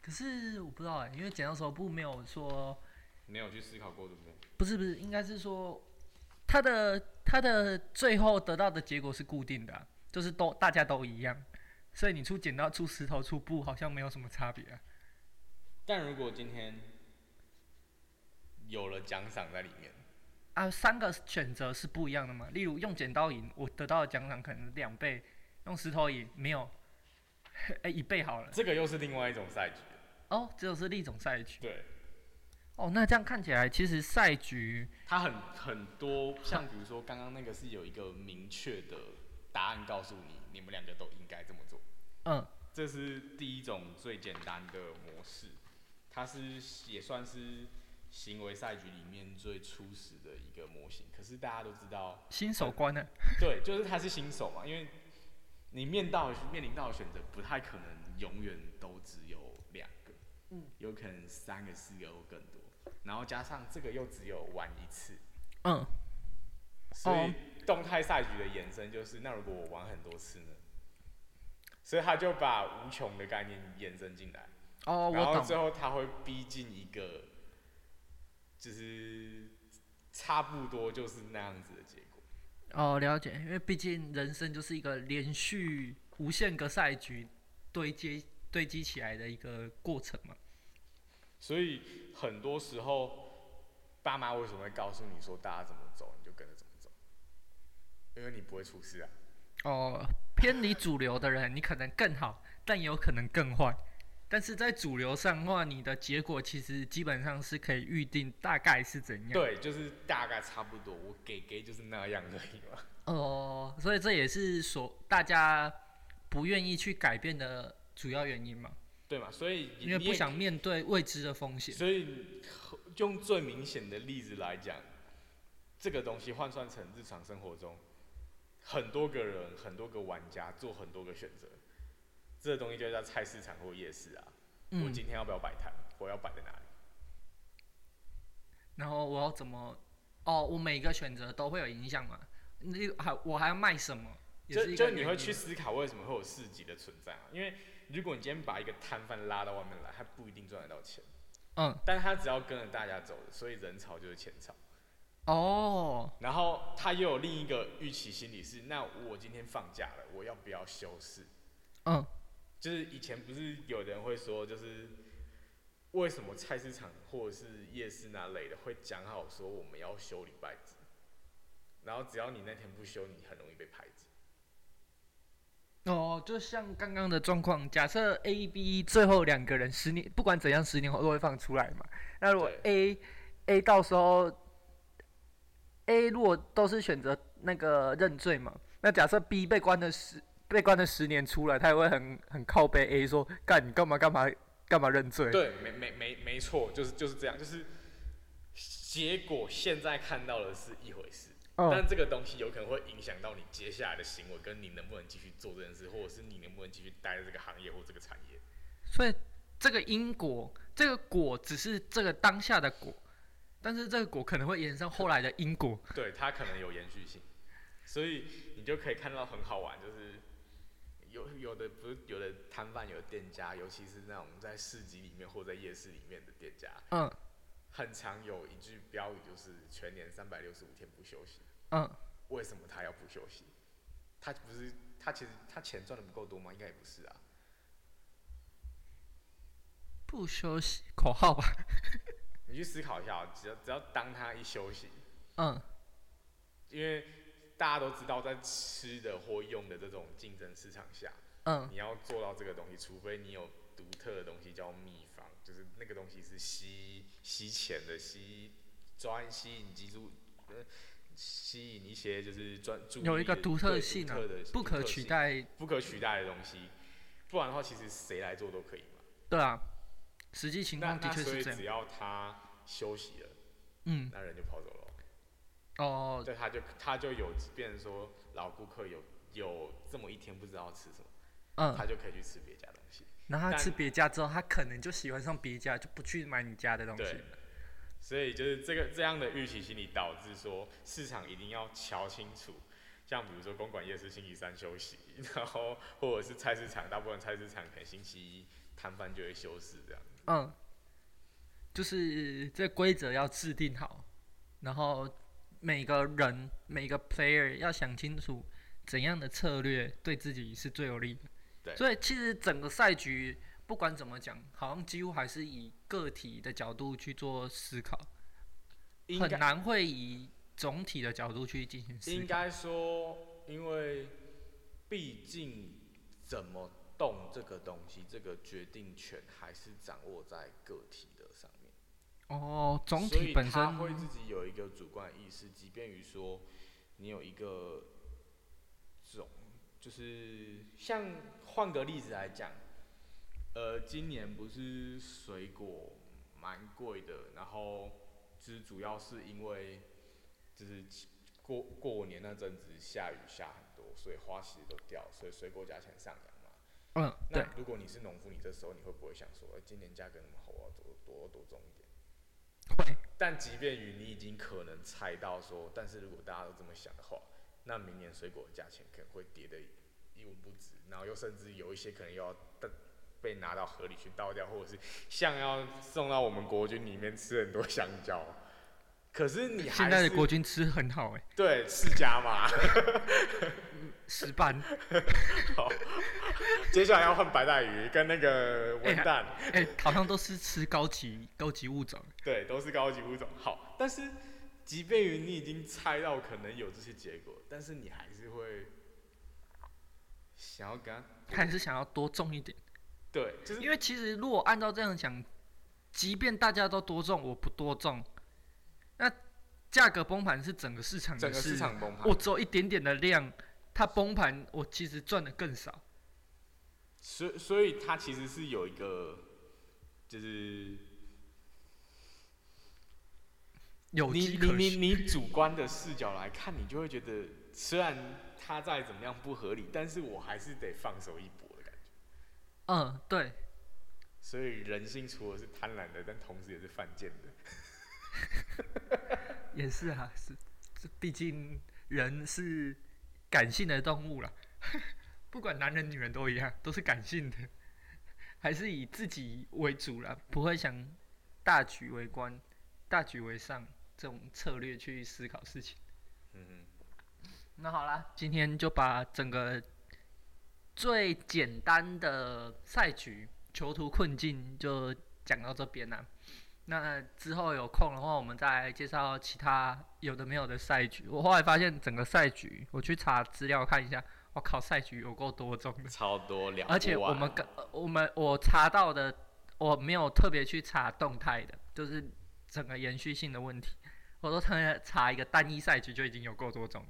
Speaker 1: 可是我不知道哎，因为剪刀石头布没有说，
Speaker 2: 没有去思考过，对不对？
Speaker 1: 不是不是，应该是说它的它的最后得到的结果是固定的啊、就是都大家都一样，所以你出剪刀出石头出布好像没有什么差别、啊。
Speaker 2: 但如果今天
Speaker 6: 有了奖赏在里面，
Speaker 1: 啊，三个选择是不一样的嘛。例如用剪刀赢，我得到的奖赏可能两倍；用石头赢没有，哎、一倍好了。
Speaker 6: 这个又是另外一种赛局。
Speaker 1: 哦，只有是另一种赛局。
Speaker 6: 对，
Speaker 1: 哦，那这样看起来，其实赛局
Speaker 6: 它很很多，像比如说刚刚那个是有一个明确的答案告诉你，你们两个都应该这么做。
Speaker 1: 嗯
Speaker 2: 这是第一种最简单的模式，它是也算是行为赛局里面最初始的一个模型。可是大家都知道，
Speaker 1: 新手关呢，
Speaker 2: 对，就是他是新手嘛，因为你面到的面临到的选择不太可能永远都只有两个，
Speaker 1: 嗯，
Speaker 2: 有可能三个、四个或更多，然后加上这个又只有玩一次，
Speaker 1: 嗯
Speaker 2: 所
Speaker 1: 哦
Speaker 2: 以动态赛局的延伸就是，那如果我玩很多次呢？所以他就把无穷的概念延伸进来，
Speaker 1: 哦，
Speaker 2: 然后
Speaker 1: 我
Speaker 2: 最
Speaker 1: 懂。
Speaker 2: 后他会逼近一个，就是差不多就是那样子的结果。
Speaker 1: 哦，了解，因为毕竟人生就是一个连续无限个赛局堆积堆积起来的一个过程嘛。
Speaker 2: 所以很多时候，爸妈为什么会告诉你说大家怎么走，你就跟着怎么走，因为你不会出事啊。
Speaker 1: 哦，偏离主流的人，你可能更好，但也有可能更坏。但是在主流上的话，你的结果其实基本上是可以预定大概是怎样。
Speaker 2: 对，就是大概差不多，我给给就是那样而已嘛。
Speaker 1: 哦，所以这也是所大家不愿意去改变的主要原因嘛，
Speaker 2: 对嘛，所以
Speaker 1: 因为
Speaker 2: 你
Speaker 1: 不
Speaker 2: 也
Speaker 1: 想面对未知的风险。
Speaker 2: 所以用最明显的例子来讲，这个东西换算成日常生活中，很多个人、很多个玩家做很多个选择，这个东西就叫菜市场或夜市啊。我
Speaker 1: 嗯，
Speaker 2: 今天要不要摆摊？我要摆在哪里？
Speaker 1: 然后我要怎么？哦，我每一个选择都会有影响嘛？那还我还要卖什么？也是
Speaker 2: 就
Speaker 1: 一
Speaker 2: 就
Speaker 1: 个
Speaker 2: 你
Speaker 1: 原
Speaker 2: 会
Speaker 1: 因
Speaker 2: 去思考为什么会有市集的存在啊？因为如果你今天把一个摊贩拉到外面来，他不一定赚得到钱，
Speaker 1: 嗯
Speaker 2: 但他只要跟着大家走，所以人潮就是钱潮。
Speaker 1: 哦
Speaker 2: 然后他又有另一个预期心理是，那我今天放假了，我要不要休市？
Speaker 1: 嗯
Speaker 2: 就是以前不是有人会说，就是为什么菜市场或者是夜市那类的会讲好说我们要休礼拜日，然后只要你那天不休，你很容易被排挤。
Speaker 1: 哦，就像刚刚的状况，假设 A、B 最后两个人十年不管怎样，十年后都会放出来嘛。那如果 A A 到时候 A 如果都是选择那个认罪嘛，那假设 B 被关了十
Speaker 4: 被关了十年出来，他也会很很靠背 A 说，干你干嘛干嘛干嘛认罪？
Speaker 2: 对，没没没没错，就是就是这样，就是结果现在看到的是一回事，
Speaker 1: 哦
Speaker 4: 嗯，
Speaker 2: 但这个东西有可能会影响到你接下来的行为，跟你能不能继续做这件事，或者是你能不能继续待在这个行业或这个产业。
Speaker 1: 所以这个因果，这个果只是这个当下的果，但是这个果可能会衍生后来的因果。
Speaker 2: 对，它可能有延续性，所以你就可以看到很好玩，就是有有的不是有的摊贩、有的店家，尤其是那种在市集里面或在夜市里面的店家，
Speaker 1: 嗯
Speaker 2: 很常有一句标语就是“全年三百六十五天不休息
Speaker 1: 嗯，”。
Speaker 2: 为什么他要不休息？他不是他其实他钱赚的不够多吗？应该也不是啊。
Speaker 1: 不休息口号吧。
Speaker 2: 你去思考一下、啊，只要只要当他一休息，
Speaker 1: 嗯，
Speaker 2: 因为大家都知道，在吃的或用的这种竞争市场下，
Speaker 1: 嗯，
Speaker 2: 你要做到这个东西，除非你有独特的东西叫秘方，就是那个东西是吸吸钱的，吸专吸引记住，呃，吸引一些就是专注
Speaker 1: 有一个
Speaker 2: 力的
Speaker 1: 独特
Speaker 2: 对
Speaker 1: 性啊
Speaker 2: 独特的
Speaker 1: 不可取、代。
Speaker 2: 独特性不可取代的东西。不然的话，其实谁来做都可以嘛。
Speaker 1: 对啊，实际情
Speaker 2: 那
Speaker 1: 嗯况的
Speaker 2: 那
Speaker 1: 确
Speaker 2: 所以
Speaker 1: 是这样
Speaker 2: 只。要他休息了，
Speaker 1: 嗯，
Speaker 2: 那人就跑走了。
Speaker 1: 哦，
Speaker 2: 对，他就他就有变成说老顾客有有这么一天不知道吃什么，
Speaker 1: 嗯，
Speaker 2: 他就可以去吃别家东西。
Speaker 1: 然后他
Speaker 2: 但
Speaker 1: 吃别家之后，他可能就喜欢上别家，就不去买你家的东
Speaker 2: 对
Speaker 1: 西。，
Speaker 2: 所以就是这个这样的预期心理导致说市场一定要瞧清楚，像比如说公馆夜市星期三休息， 然后或者是菜市场，大部分菜市场可能星期一摊贩就会休市这样。
Speaker 1: 嗯，就是这规则要制定好，然后每个人每个 player 要想清楚怎样的策略对自己是最有利的。
Speaker 2: 对
Speaker 1: 所以其实整个赛局不管怎么讲，好像几乎还是以个体的角度去做思考，
Speaker 2: 应
Speaker 1: 很
Speaker 2: 该
Speaker 1: 难会以总体的角度去进行思
Speaker 2: 应
Speaker 1: 考。
Speaker 2: 该说，因为毕竟怎么动这个东西，这个决定权还是掌握在个体的上面。
Speaker 1: 哦，总
Speaker 2: 所
Speaker 1: 体
Speaker 2: 以
Speaker 1: 本
Speaker 2: 他
Speaker 1: 身
Speaker 2: 会自己有一个主观意识，即便于说你有一个总，就是像换个例子来讲，呃，今年不是水果蛮贵的，然后就是主要是因为就是过过年那阵子下雨下很多，所以花期都掉，所以水果价钱上扬嘛。
Speaker 1: 嗯，对
Speaker 2: 那，如果你是农夫，你这时候你会不会想说，哎、今年价格那么好，我要多多多种一点？
Speaker 1: 会
Speaker 2: 但即便于你已经可能猜到说，但是如果大家都这么想的话，那明年水果的价钱可能会跌得一文不值，然后又甚至有一些可能又要被被拿到河里去倒掉，或者是像要送到我们国军里面吃很多香蕉。可是你还
Speaker 1: 现
Speaker 2: 是
Speaker 1: 在的国哎军吃很好哎、
Speaker 2: 对世 家嘛，
Speaker 1: 石 斑
Speaker 2: 接下来要换白带鱼跟 那个文旦。
Speaker 1: 哎、好像都是吃高级高级物种。
Speaker 2: 对，都是高级物种。好，但是即便于你已经猜到可能有这些结果，但是你还是会想要跟他
Speaker 1: 还是想要多种一点，
Speaker 2: 对，就是
Speaker 1: 因为其实如果按照这样讲，即便大家都多种，我不多种，那价格崩盘是整个市场
Speaker 2: 整
Speaker 1: 的
Speaker 2: 个
Speaker 1: 事。
Speaker 2: 市场崩盘
Speaker 1: 我，只有一点点的量，它崩盘，我其实赚的更少。
Speaker 2: 所以所以它其实是有一个就是
Speaker 1: 有
Speaker 2: 你
Speaker 1: 机
Speaker 2: 你
Speaker 1: 可
Speaker 2: 你
Speaker 1: 循。
Speaker 2: 你主观的视角来看，你就会觉得虽然它再怎么样不合理，但是我还是得放手一搏的感觉。
Speaker 1: 嗯，对，
Speaker 2: 所以人性除了是贪婪的，但同时也是犯贱的。
Speaker 1: 也是啊，是，这毕竟人是感性的动物啦， 不管男人女人都一样，都是感性的， 还是以自己为主啦，不会想大局为观、大局为上这种策略去思考事情。
Speaker 2: 嗯哼，
Speaker 1: 那好啦，今天就把整个最简单的赛局囚徒困境就讲到这边啦。那之后有空的话，我们再介绍其他有的没有的赛局。我后来发现整个赛局，我去查资料看一下，我靠，赛局有够多种的。
Speaker 2: 超多聊不
Speaker 1: 而且我
Speaker 2: 完
Speaker 1: 们跟呃我们我查到的，我没有特别去查动态的，就是整个延续性的问题，我都特别查一个单一赛局就已经有够多种了。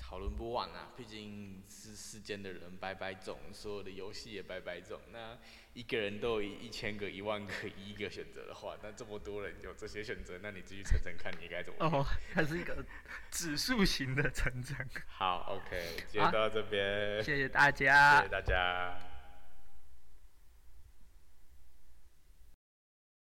Speaker 2: 讨论不完啊，毕竟是世间的人白白种，所有的游戏也白白种。那一个人都有一一千个、一万个、一亿个选择的话，那这么多人有这些选择，那你继续层层看，你该怎么办？
Speaker 1: 哦，它是一个指数型的成长。
Speaker 2: 好，OK，今
Speaker 1: 好
Speaker 2: 天到这边，
Speaker 1: 谢谢大家
Speaker 2: 谢谢。大家。